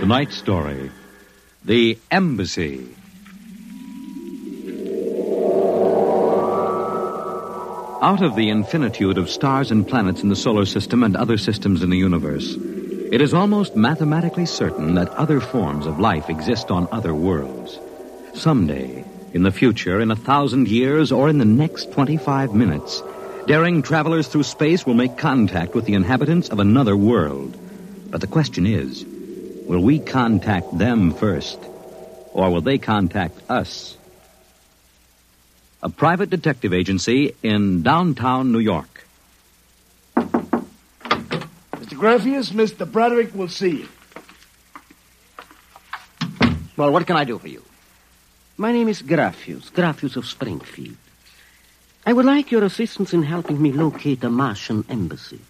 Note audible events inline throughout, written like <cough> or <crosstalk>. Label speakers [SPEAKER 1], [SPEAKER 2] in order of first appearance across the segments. [SPEAKER 1] tonight's story The Embassy. Out of the infinitude of stars and planets in the solar system and other systems in the universe, it is almost mathematically certain that other forms of life exist on other worlds. Someday, in the future, in a thousand years, or in the next 25 minutes, daring travelers through space will make contact with the inhabitants of another world. But the question is will we contact them first, or will they contact us? A private detective agency in downtown New York.
[SPEAKER 2] Mr. Graffius, Mr. Broderick will see you.
[SPEAKER 3] Well, what can I do for you?
[SPEAKER 4] My name is Graffius, Graffius of Springfield. I would like your assistance in helping me locate the Martian embassy.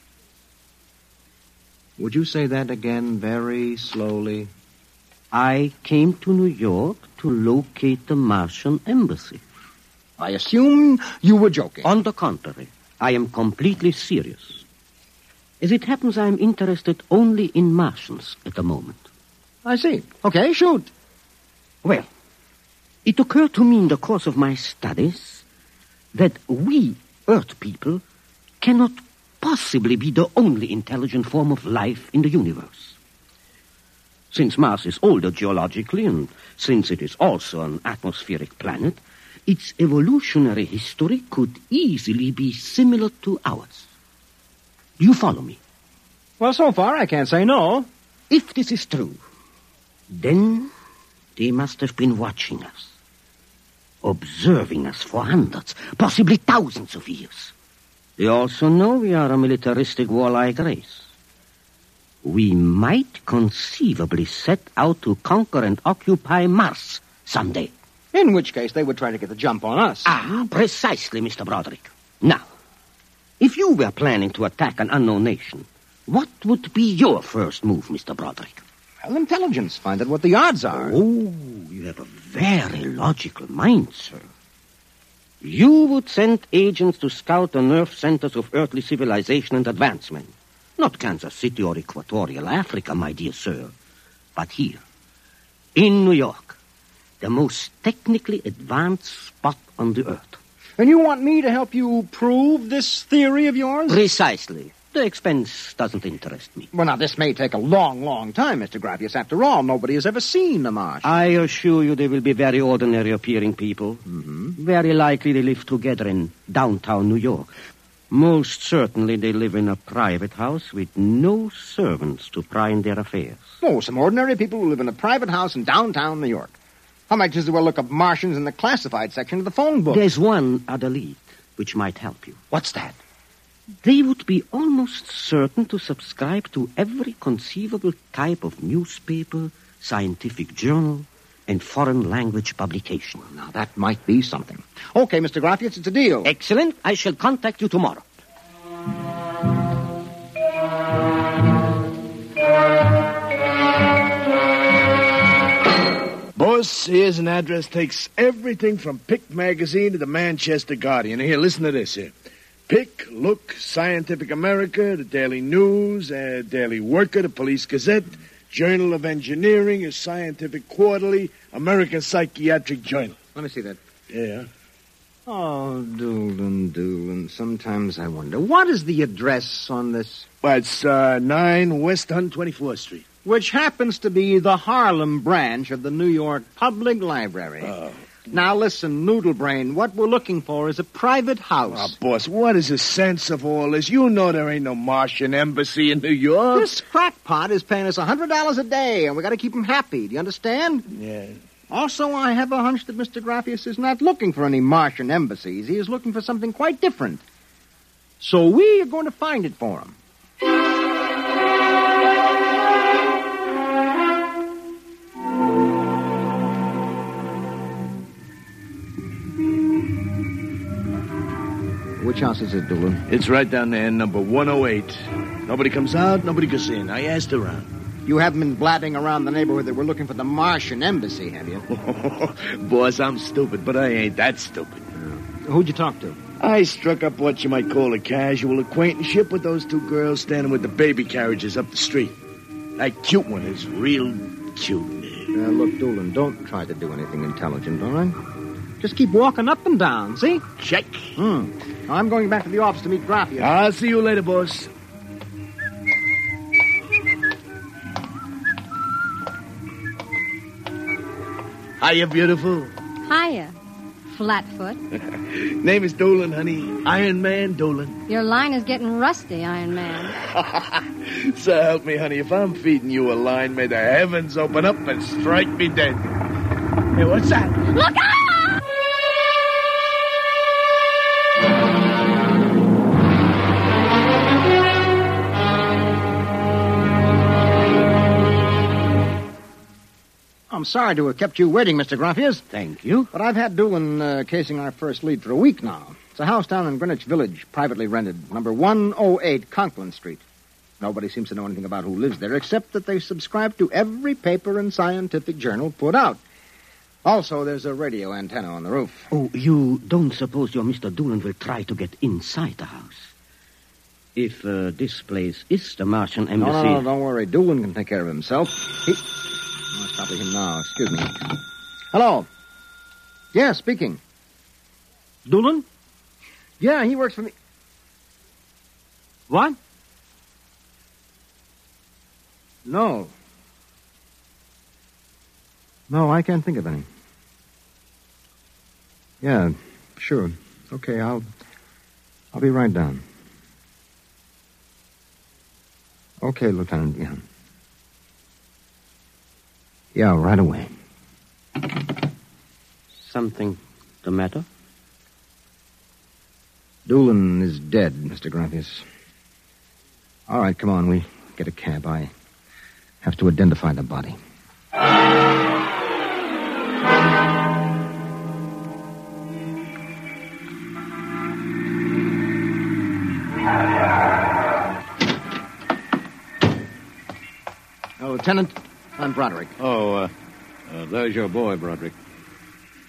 [SPEAKER 3] Would you say that again very slowly?
[SPEAKER 4] I came to New York to locate the Martian embassy.
[SPEAKER 3] I assume you were joking.
[SPEAKER 4] On the contrary, I am completely serious. As it happens, I am interested only in Martians at the moment.
[SPEAKER 3] Oh, I see. Okay, shoot.
[SPEAKER 4] Well, it occurred to me in the course of my studies that we, Earth people, cannot possibly be the only intelligent form of life in the universe. Since Mars is older geologically, and since it is also an atmospheric planet, its evolutionary history could easily be similar to ours. Do you follow me?
[SPEAKER 3] Well, so far I can't say no.
[SPEAKER 4] If this is true, then they must have been watching us, observing us for hundreds, possibly thousands of years. They also know we are a militaristic warlike race. We might conceivably set out to conquer and occupy Mars someday.
[SPEAKER 3] In which case they would try to get the jump on us.
[SPEAKER 4] Ah, precisely, Mr. Broderick. Now, if you were planning to attack an unknown nation, what would be your first move, Mr. Broderick?
[SPEAKER 3] Well, intelligence. Find out what the odds are.
[SPEAKER 4] Oh, you have a very logical mind, sir. You would send agents to scout the nerve centers of earthly civilization and advancement. Not Kansas City or Equatorial Africa, my dear sir, but here, in New York, the most technically advanced spot on the earth.
[SPEAKER 3] And you want me to help you prove this theory of yours?
[SPEAKER 4] Precisely. The expense doesn't interest me.
[SPEAKER 3] Well, now, this may take a long, long time, Mr. Gravius. After all, nobody has ever seen the marsh.
[SPEAKER 4] I assure you they will be very ordinary appearing people.
[SPEAKER 3] Mm-hmm.
[SPEAKER 4] Very likely they live together in downtown New York. Most certainly they live in a private house with no servants to pry in their affairs.
[SPEAKER 3] Oh, some ordinary people who live in a private house in downtown New York. How might just as well look up Martians in the classified section of the phone book?
[SPEAKER 4] There's one other lead which might help you.
[SPEAKER 3] What's that?
[SPEAKER 4] They would be almost certain to subscribe to every conceivable type of newspaper, scientific journal, and foreign language publication.
[SPEAKER 3] Now, that might be something. Okay, Mr. Graffius, it's a deal.
[SPEAKER 4] Excellent. I shall contact you tomorrow.
[SPEAKER 2] Boss, here's an address takes everything from Pick Magazine to the Manchester Guardian. Here, listen to this here. Pick, Look, Scientific America, the Daily News, uh, Daily Worker, the Police Gazette, Journal of Engineering, a Scientific Quarterly, American Psychiatric Journal.
[SPEAKER 3] Let me see that.
[SPEAKER 2] Yeah.
[SPEAKER 3] Oh, Doolin, Doolin, sometimes I wonder, what is the address on this?
[SPEAKER 2] Well, it's uh, 9 West 124th Street.
[SPEAKER 3] Which happens to be the Harlem branch of the New York Public
[SPEAKER 2] Uh,
[SPEAKER 3] Library.
[SPEAKER 2] Oh,
[SPEAKER 3] Now listen, Noodlebrain, what we're looking for is a private
[SPEAKER 2] Ah,
[SPEAKER 3] house.
[SPEAKER 2] boss, what is the sense of all this? You know there ain't no Martian embassy in New York.
[SPEAKER 3] This crackpot is paying us a $100 a day, and we gotta keep him happy. Do you understand?
[SPEAKER 2] Yeah.
[SPEAKER 3] Also, I have a hunch that Mr. Graffius is not looking for any Martian embassies. He is looking for something quite different. So we are going to find it for him. Which house is it, Doolin?
[SPEAKER 2] It's right down there, number 108. Nobody comes out, nobody goes in. I asked around. <laughs>
[SPEAKER 3] You haven't been blabbing around the neighborhood that we're looking for the Martian embassy, have you?
[SPEAKER 2] boss, I'm stupid, but I ain't that stupid.
[SPEAKER 3] Who'd you talk to?
[SPEAKER 2] I struck up what you might call a casual acquaintanceship with those two girls standing with the baby carriages up the street. That cute one is real cute.
[SPEAKER 3] Now, look, Doolin, don't try to do anything intelligent, all right? Just keep walking up and down, see?
[SPEAKER 2] Check.
[SPEAKER 3] Hmm. I'm going back to the office to meet Graffia.
[SPEAKER 2] I'll see you later, boss. Hiya, beautiful.
[SPEAKER 5] Hiya, Flatfoot.
[SPEAKER 2] Name is Dolan, honey. Iron Man Dolan.
[SPEAKER 5] Your line is getting rusty, Iron Man.
[SPEAKER 2] <laughs> So help me, honey. If I'm feeding you a line, may the heavens open up and strike me dead. Hey, what's that?
[SPEAKER 5] Look out!
[SPEAKER 3] I'm sorry to have kept you waiting, Mr. Graffius,
[SPEAKER 4] Thank you.
[SPEAKER 3] but I've had Doolin uh, casing our first lead for a week now. It's a house down in Greenwich Village, privately rented, number 108 Conklin Street. Nobody seems to know anything about who lives there, except that they subscribe to every paper and scientific journal put out. Also, there's a radio antenna on the roof.
[SPEAKER 4] Oh, you don't suppose your Mr. Doolan will try to get inside the house? If uh, this place is the Martian
[SPEAKER 3] No,
[SPEAKER 4] embassy.
[SPEAKER 3] no, no, don't worry. Doolin can take care of himself. He... Oh, it's probably him now. Excuse me. Hello. Yeah, speaking.
[SPEAKER 4] Doolan?
[SPEAKER 3] Yeah, he works for me.
[SPEAKER 4] What?
[SPEAKER 3] No. No, I can't think of any. Yeah, sure. Okay, I'll... I'll be right down. Okay, Lieutenant, yeah. Yeah, right away.
[SPEAKER 4] Something the matter?
[SPEAKER 3] Doolin is dead, Mr. Grampius. All right, come on. We get a cab. I have to identify the body. Now, Oh, Lieutenant, I'm Broderick.
[SPEAKER 6] Oh, uh, uh, there's your boy, Broderick.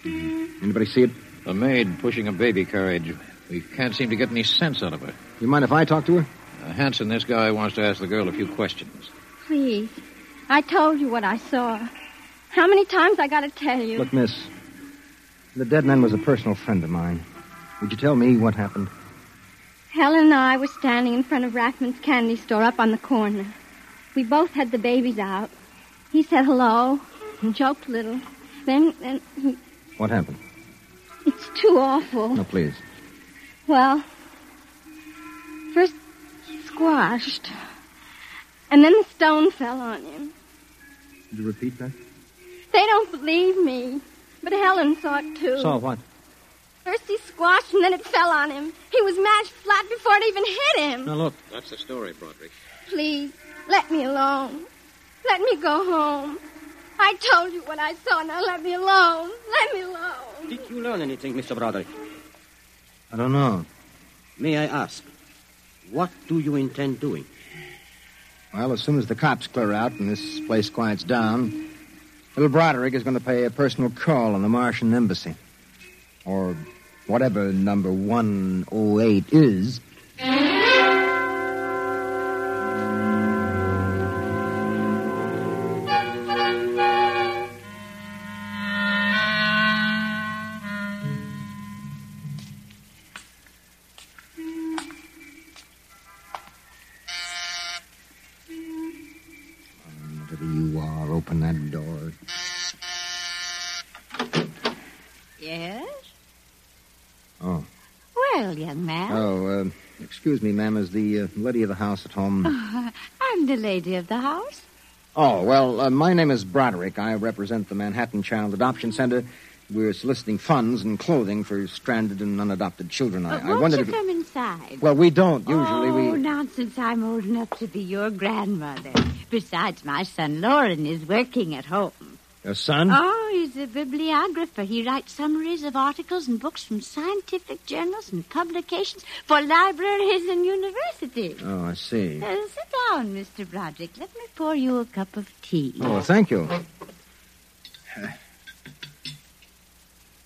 [SPEAKER 3] Anybody see it?
[SPEAKER 6] A maid pushing a baby carriage. We can't seem to get any sense out of her.
[SPEAKER 3] You mind if I talk to her?
[SPEAKER 6] Uh, Hanson, this guy wants to ask the girl a few questions.
[SPEAKER 5] Please, I told you what I saw. How many times I gotta tell you?
[SPEAKER 3] Look, miss, the dead man was a personal friend of mine. Would you tell me what happened?
[SPEAKER 5] Helen and I were standing in front of Rackman's candy store up on the corner. We both had the babies out. He said hello, joked a little. Then, then he,
[SPEAKER 3] What happened?
[SPEAKER 5] it's too awful.
[SPEAKER 3] No, please.
[SPEAKER 5] Well, first he squashed, and then the stone fell on him.
[SPEAKER 3] Did you repeat that?
[SPEAKER 5] They don't believe me, but Helen saw it too.
[SPEAKER 3] Saw what?
[SPEAKER 5] First he squashed, and then it fell on him. He was mashed flat before it even hit him.
[SPEAKER 6] look. That's the story, Broderick.
[SPEAKER 5] Please, let me alone. Let me go home. I told you what I saw. Now let me alone. Let me alone.
[SPEAKER 4] Did you learn anything, Mr. Broderick?
[SPEAKER 3] I don't know.
[SPEAKER 4] May I ask? What do you intend doing?
[SPEAKER 3] Well, as soon as the cops clear out and this place quiets down, little Broderick is going to pay a personal call on the Martian embassy. Or whatever number 108 is.
[SPEAKER 7] Yes?
[SPEAKER 3] Oh.
[SPEAKER 7] Well, young man,
[SPEAKER 3] Oh, uh, excuse me, ma'am. Is the uh, lady of the house at home?
[SPEAKER 7] I'm the lady of the house.
[SPEAKER 3] oh, well, uh, my name is Broderick. I represent the Manhattan Child Adoption Center. We're soliciting funds and clothing for stranded and unadopted children.
[SPEAKER 7] Uh,
[SPEAKER 3] I, I
[SPEAKER 7] won't
[SPEAKER 3] wondered
[SPEAKER 7] you
[SPEAKER 3] if.
[SPEAKER 7] come inside?
[SPEAKER 3] Well, we don't. Usually
[SPEAKER 7] oh,
[SPEAKER 3] we.
[SPEAKER 7] nonsense. I'm old enough to be your grandmother. Besides, my son Lauren is working at home.
[SPEAKER 3] Your son?
[SPEAKER 7] Oh, he's a bibliographer. He writes summaries of articles and books from scientific journals and publications for libraries and universities.
[SPEAKER 3] Oh, I see.
[SPEAKER 7] Uh, sit down, Mr. Broderick. Let me pour you a cup of tea.
[SPEAKER 3] Oh, well, thank you. Well,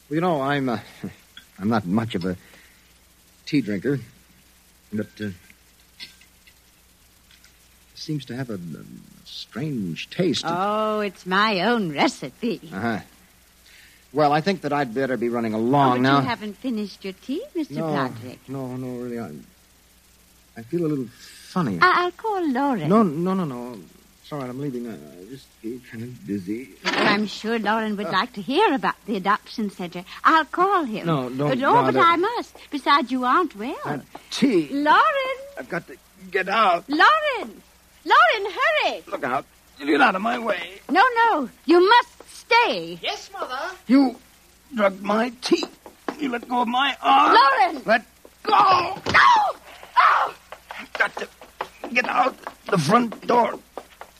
[SPEAKER 3] you know, I'm uh, <laughs> I'm not much of a tea drinker, but uh, seems to have a, um, strange taste.
[SPEAKER 7] Oh, it's my own recipe.
[SPEAKER 3] Uh huh. Well, I think that I'd better be running
[SPEAKER 7] oh,
[SPEAKER 3] along
[SPEAKER 7] but
[SPEAKER 3] now.
[SPEAKER 7] you haven't finished your tea, Mr.
[SPEAKER 3] no,
[SPEAKER 7] Broderick.
[SPEAKER 3] no, no, really, I, I feel a little funny.
[SPEAKER 7] I- I'll call Lauren.
[SPEAKER 3] no, no, no, no. It's all right. I'm leaving. I, I just feel kind of dizzy.
[SPEAKER 7] I'm sure Lauren would like to hear about the adoption center. I'll call him.
[SPEAKER 3] No, don't
[SPEAKER 7] Uh, No, but
[SPEAKER 3] bother.
[SPEAKER 7] I must. Besides, you aren't well.
[SPEAKER 3] Uh, tea.
[SPEAKER 7] Lauren!
[SPEAKER 3] I've got to get out.
[SPEAKER 7] Lauren! Lauren, hurry!
[SPEAKER 3] Look out. Get out of my way.
[SPEAKER 7] No, no, you must stay.
[SPEAKER 3] You drug my tea. You let go of my arm.
[SPEAKER 7] Lauren!
[SPEAKER 3] Ah, Let go.
[SPEAKER 7] No! Oh!
[SPEAKER 3] I've got to get out the front door.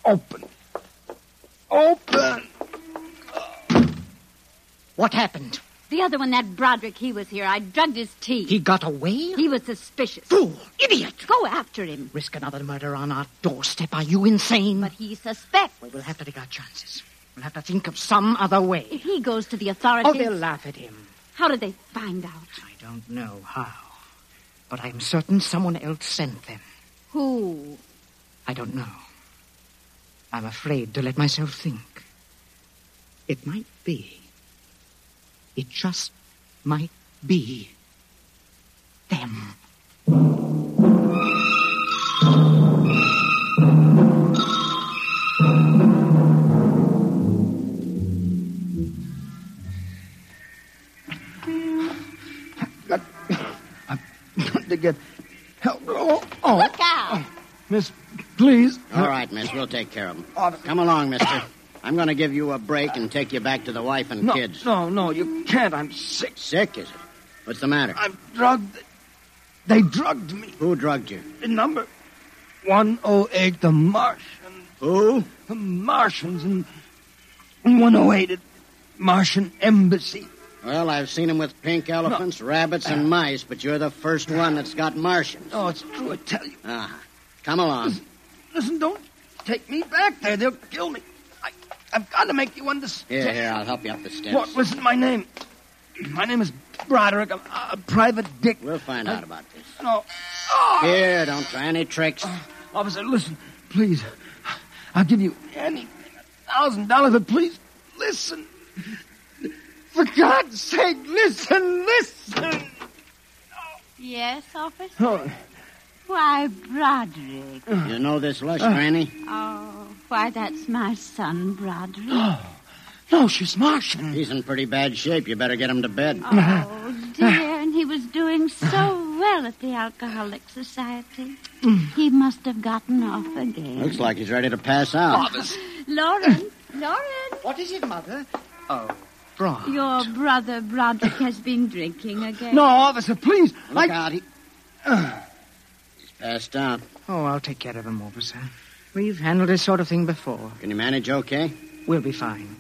[SPEAKER 3] Open. Open.
[SPEAKER 8] What happened?
[SPEAKER 7] The other one, that Broderick, he was here. I drugged his tea.
[SPEAKER 8] He got away?
[SPEAKER 7] He was suspicious.
[SPEAKER 8] Fool! Idiot!
[SPEAKER 7] Go after him.
[SPEAKER 8] Risk another murder on our doorstep. Are you insane?
[SPEAKER 7] But he suspects.
[SPEAKER 8] we will have to take our chances. We'll have to think of some other way.
[SPEAKER 7] If he goes to the
[SPEAKER 8] Oh,
[SPEAKER 7] authorities,
[SPEAKER 8] they'll laugh at him.
[SPEAKER 7] how did they find out?
[SPEAKER 8] I don't know how. But I'm certain someone else sent them.
[SPEAKER 7] Who?
[SPEAKER 8] I don't know. I'm afraid to let myself think. It might be. It just might be. Them.
[SPEAKER 3] to get help. Oh, oh.
[SPEAKER 7] Look out!
[SPEAKER 3] Miss, please.
[SPEAKER 4] Oh,
[SPEAKER 9] All right, miss, we'll take care of them. Come along, mister. <coughs> I'm going to give you a break and take you back to the wife and
[SPEAKER 3] No,
[SPEAKER 9] kids.
[SPEAKER 3] no, no, you can't. I'm sick.
[SPEAKER 9] Sick, is it? What's the matter?
[SPEAKER 3] I'm drugged. They drugged me.
[SPEAKER 9] Who drugged you?
[SPEAKER 3] The number 108, the Martian.
[SPEAKER 9] Who?
[SPEAKER 3] The Martians in 108 at Martian Embassy.
[SPEAKER 9] Well, I've seen them with pink elephants, rabbits, and mice, but you're the first one that's got Martians.
[SPEAKER 3] Oh, it's true, I tell you.
[SPEAKER 9] Ah, come along.
[SPEAKER 3] Listen, don't take me back there. They'll kill me. I, I've got to make you understand.
[SPEAKER 9] Here, here, I'll help you up the steps.
[SPEAKER 3] What? Listen, my name. My name is Broderick. I'm a private dick. Uh,
[SPEAKER 9] We'll find out about this.
[SPEAKER 3] No. Oh,
[SPEAKER 9] Here, don't try any tricks.
[SPEAKER 3] Officer, listen. Please. I'll give you anything. A thousand dollars, but please, listen. For God's sake, listen, listen.
[SPEAKER 7] Yes, officer?
[SPEAKER 3] Oh,
[SPEAKER 7] Why, Broderick.
[SPEAKER 9] You know this lush, Granny?
[SPEAKER 7] Oh, why, that's my son, Broderick.
[SPEAKER 3] no, she's Martian.
[SPEAKER 9] He's in pretty bad shape. You better get him to bed.
[SPEAKER 7] Oh, dear, and he was doing so well at the Alcoholic Society. He must have gotten off again.
[SPEAKER 9] Looks like he's ready to pass out.
[SPEAKER 7] Lauren, Lauren,
[SPEAKER 8] What is it, Mother? Oh, Brock.
[SPEAKER 7] your brother Broderick has been drinking again.
[SPEAKER 3] No, officer, please.
[SPEAKER 9] Look out. He... He's passed out.
[SPEAKER 8] Oh, I'll take care of him, officer. We've handled this sort of thing before.
[SPEAKER 9] Can you manage okay?
[SPEAKER 8] We'll be fine.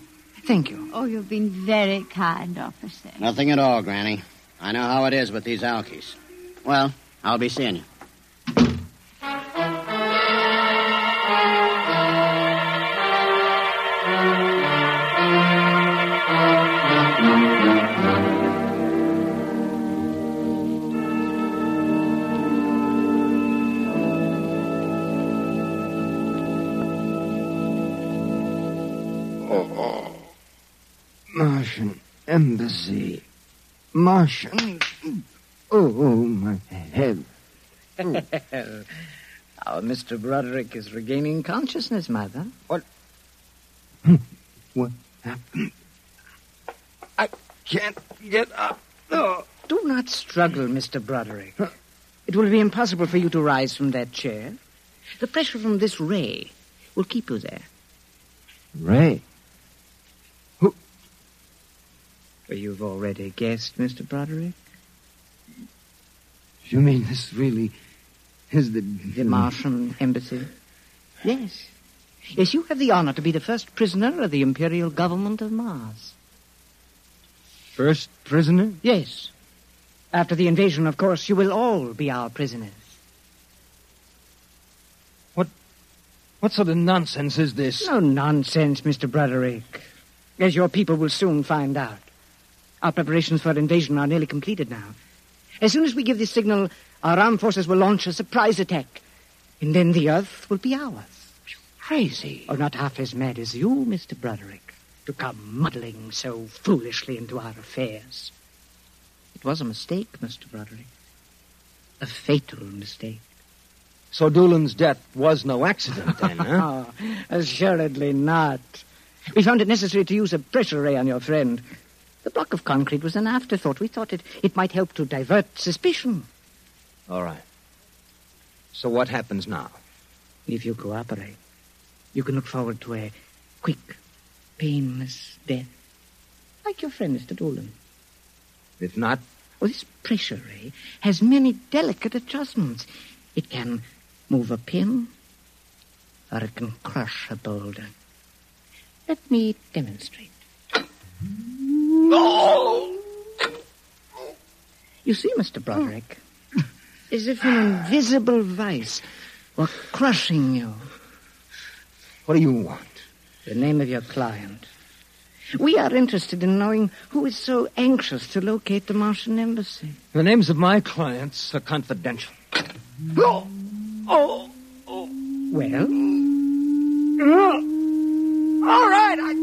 [SPEAKER 8] Thank <laughs> you.
[SPEAKER 7] Oh, you've been very kind, officer.
[SPEAKER 9] Nothing at all, Granny. I know how it is with these alkies. Well, I'll be seeing you.
[SPEAKER 3] Martian embassy. Martian. Oh, oh my head.
[SPEAKER 8] Our Mr. Broderick is regaining consciousness, Mother. <laughs>
[SPEAKER 3] What happened? I
[SPEAKER 10] can't get up. No.
[SPEAKER 8] Do not struggle, Mr. Broderick. It will be impossible for you to rise from that chair. The pressure from this ray will keep you there.
[SPEAKER 10] Ray.
[SPEAKER 8] You've already guessed, Mr. Broderick.
[SPEAKER 10] You mean this really is the. The
[SPEAKER 3] Hmm.
[SPEAKER 8] Martian embassy? Yes. Yes, you have the honor to be the first prisoner of the Imperial Government of Mars.
[SPEAKER 10] First prisoner?
[SPEAKER 8] Yes. After the invasion, of course, you will all be our prisoners.
[SPEAKER 10] What sort of nonsense is this?
[SPEAKER 8] No nonsense, Mr. Broderick. As your people will soon find out. Our preparations for invasion are nearly completed now. As soon as we give the signal, our armed forces will launch a surprise attack. And then the Earth will be ours. Crazy. Oh, not half as mad as you, Mr. Broderick, to come muddling so foolishly into our affairs. It was a mistake, Mr. Broderick. A fatal mistake.
[SPEAKER 10] So Doolin's death was no accident
[SPEAKER 8] <laughs>
[SPEAKER 10] then, <laughs> huh?
[SPEAKER 8] Oh, assuredly not. We found it necessary to use a pressure ray on your friend. The block of concrete was an afterthought. We thought it, it might help to divert suspicion.
[SPEAKER 10] All right. So what happens now?
[SPEAKER 8] If you cooperate, you can look forward to a quick, painless death. Like your friend, Mr. Dolan.
[SPEAKER 10] If not,
[SPEAKER 8] Well, this pressure ray has many delicate adjustments. It can move a pin, or it can crush a boulder. Let me demonstrate. You see, Mr. Broderick, as if an invisible vice were crushing you.
[SPEAKER 10] what do you want?
[SPEAKER 8] The name of your client. We are interested in knowing who is so anxious to locate the Martian embassy.
[SPEAKER 10] The names of my clients are confidential.
[SPEAKER 8] Oh, oh, oh. Well,
[SPEAKER 10] Uh, All right, I.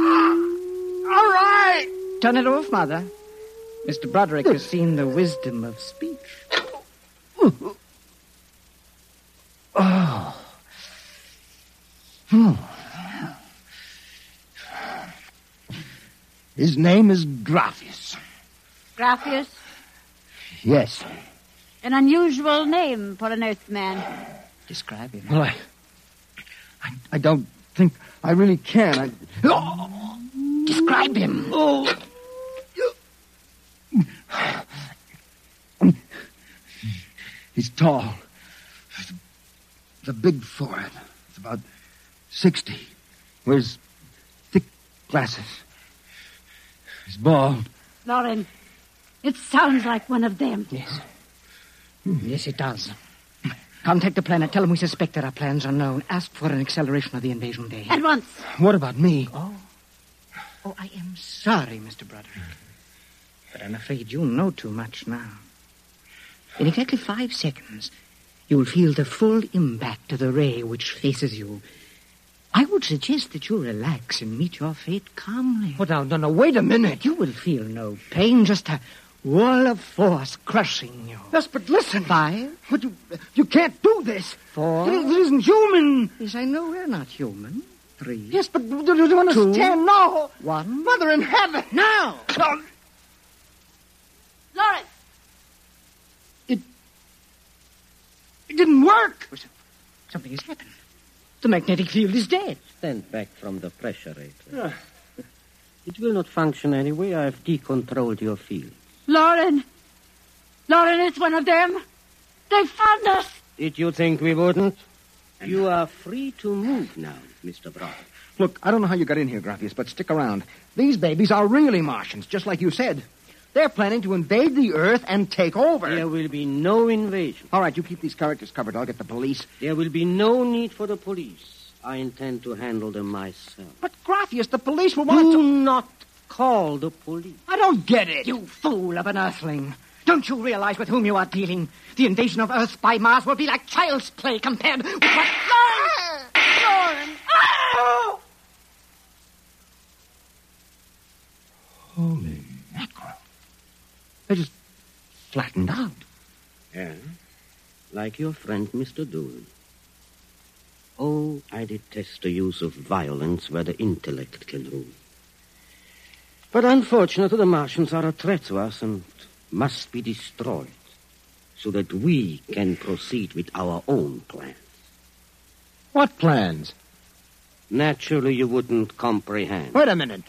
[SPEAKER 10] ah,
[SPEAKER 8] all right. Turn it off, Mother. Mr. Broderick has seen the wisdom of speech.
[SPEAKER 10] Oh. His name is Graffius.
[SPEAKER 7] Graffius,
[SPEAKER 10] Yes.
[SPEAKER 7] an unusual name for an Earthman.
[SPEAKER 8] Describe him.
[SPEAKER 10] Well, I, I, I don't think I really can. I, Oh.
[SPEAKER 8] Describe him.
[SPEAKER 10] he's tall, with a big forehead. It's about sixty. Wears thick glasses. He's bald.
[SPEAKER 7] Lauren, it sounds like one of them.
[SPEAKER 8] Yes. Yes, it does. Contact the planet. Tell them we suspect that our plans are known. Ask for an acceleration of the invasion day.
[SPEAKER 7] At once.
[SPEAKER 10] What about me?
[SPEAKER 8] Oh. Oh, I am sorry, Mr. Broderick. But I'm afraid you know too much now. In exactly five seconds, you will feel the full impact of the ray which faces you. I would suggest that you relax and meet your fate calmly.
[SPEAKER 10] What? Oh, No, no, no. Wait a minute.
[SPEAKER 8] You will feel no pain, just a wall of force crushing you.
[SPEAKER 10] Yes, but listen.
[SPEAKER 8] Five,
[SPEAKER 10] But you, you can't do this. It,
[SPEAKER 8] four.
[SPEAKER 10] it isn't human.
[SPEAKER 8] Yes, I know we're not human. Three.
[SPEAKER 10] Yes, but do do you understand? No.
[SPEAKER 8] One.
[SPEAKER 10] Mother in heaven.
[SPEAKER 8] Now!
[SPEAKER 10] No.
[SPEAKER 7] Lauren,
[SPEAKER 10] It didn't work.
[SPEAKER 8] Something has happened. The magnetic field is dead.
[SPEAKER 11] Stand back from the pressurator. It will not function anyway. I have decontrolled your field.
[SPEAKER 7] Lauren. Lauren, it's one of them. They found us.
[SPEAKER 11] Did you think we wouldn't? You are free to move now, Mr. Brown.
[SPEAKER 3] Look, I don't know how you got in here, Graffius, but stick around. These babies are really Martians, just like you said. They're planning to invade the Earth and take over.
[SPEAKER 11] There will be no invasion.
[SPEAKER 3] All right, you keep these characters covered. I'll get the police.
[SPEAKER 11] There will be no need for the police. I intend to handle them myself.
[SPEAKER 3] But Graffius, the police will want
[SPEAKER 11] Do
[SPEAKER 3] to.
[SPEAKER 11] not call the police.
[SPEAKER 3] I don't get it.
[SPEAKER 8] You fool of an earthling. Don't you realize with whom you are dealing? The invasion of Earth by Mars will be like child's play compared with what...
[SPEAKER 10] Holy mackerel. They just flattened out.
[SPEAKER 11] Yeah? Like your friend, Mr. Doolin. Oh, I detest the use of violence where the intellect can rule.
[SPEAKER 4] But unfortunately, the Martians are a threat to us and must be destroyed so that we can proceed with our own plans.
[SPEAKER 10] What plans?
[SPEAKER 4] Naturally, you wouldn't comprehend.
[SPEAKER 10] Wait a minute.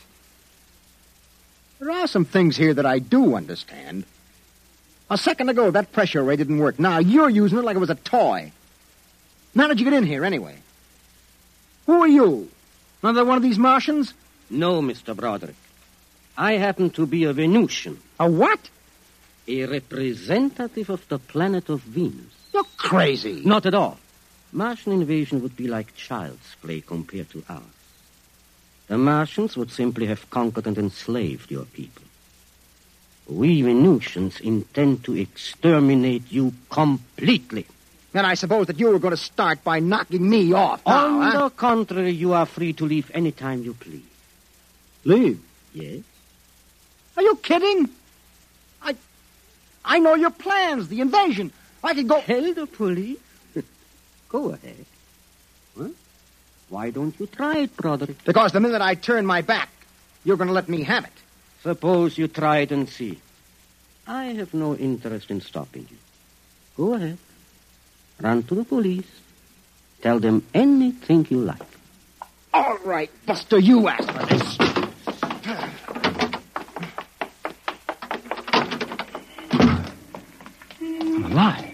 [SPEAKER 10] There are some things here that I do understand. A second ago, that pressure ray didn't work. Now you're using it like it was a toy. Now did you get in here anyway? Who are you? Another one of these Martians?
[SPEAKER 4] No, Mr. Broderick. I happen to be a Venusian.
[SPEAKER 10] A what?
[SPEAKER 4] A representative of the planet of Venus.
[SPEAKER 10] You're crazy.
[SPEAKER 4] Not at all. Martian invasion would be like child's play compared to ours. The Martians would simply have conquered and enslaved your people. We Venusians intend to exterminate you completely.
[SPEAKER 10] Then I suppose that you were going to start by knocking me off.
[SPEAKER 3] Ah,
[SPEAKER 10] now,
[SPEAKER 4] On
[SPEAKER 10] huh?
[SPEAKER 4] the contrary, you are free to leave any time you please.
[SPEAKER 10] Leave?
[SPEAKER 4] Yes?
[SPEAKER 10] Are you kidding? I, I know your plans. The invasion. I could go.
[SPEAKER 4] Tell the police. <laughs> Go ahead. What? Why don't you try it, Broderick?
[SPEAKER 10] Because the minute I turn my back, you're going to let me have it.
[SPEAKER 4] Suppose you try it and see. I have no interest in stopping you. Go ahead. Run to the police. Tell them anything you like.
[SPEAKER 10] All right, Buster, you asked for this. I'm alive.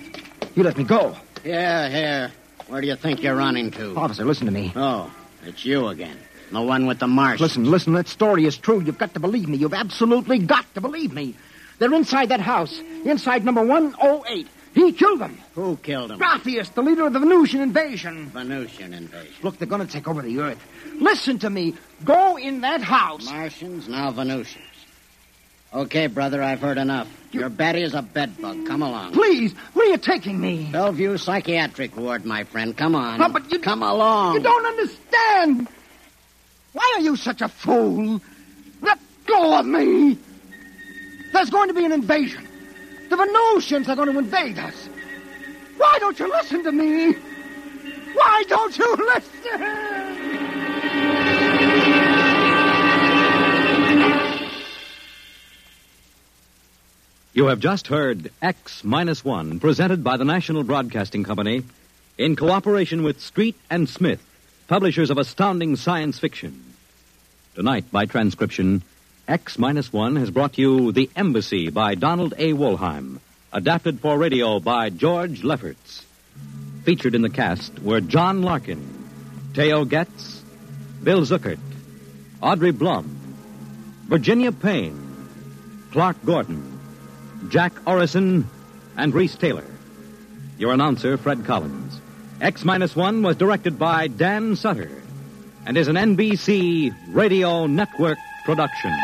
[SPEAKER 10] You let me go.
[SPEAKER 9] Here, here. Where do you think you're running to?
[SPEAKER 10] Officer, listen to me.
[SPEAKER 9] Oh, it's you again. The one with the marsh.
[SPEAKER 10] Listen, listen, that story is true. You've got to believe me. You've absolutely got to believe me. They're inside that house, inside number 108. He killed them.
[SPEAKER 9] Who killed him?
[SPEAKER 10] Graffius, the leader of the Venusian invasion.
[SPEAKER 9] Venusian invasion.
[SPEAKER 10] Look, they're going to take over the Earth. Listen to me. Go in that house.
[SPEAKER 9] Martians, now Venusians. Okay, brother, I've heard enough. Your Betty is a bedbug. Come along.
[SPEAKER 10] Please, where are you taking me?
[SPEAKER 9] Bellevue Psychiatric Ward, my friend. Come on.
[SPEAKER 10] Oh, but you-
[SPEAKER 9] Come
[SPEAKER 8] Oh.
[SPEAKER 9] along.
[SPEAKER 10] You don't understand. Why are you such a fool? Let go of me. There's going to be an invasion. The Venusians are going to invade us. Why don't you listen to me? Why don't you <laughs> listen?
[SPEAKER 1] You have just heard X Minus One, presented by the National Broadcasting Company in cooperation with Street and Smith, publishers of astounding science fiction. Tonight, by transcription, X Minus One has brought you The Embassy by Donald A. Wolheim, adapted for radio by George Lefferts. Featured in the cast were John Larkin, Theo Getz, Bill Zuckert, Audrey Blum, Virginia Payne, Clark Gordon, Jack Orison, and Reese Taylor. Your announcer, Fred Collins. X Minus One was directed by Dan Sutter and is an NBC Radio Network production.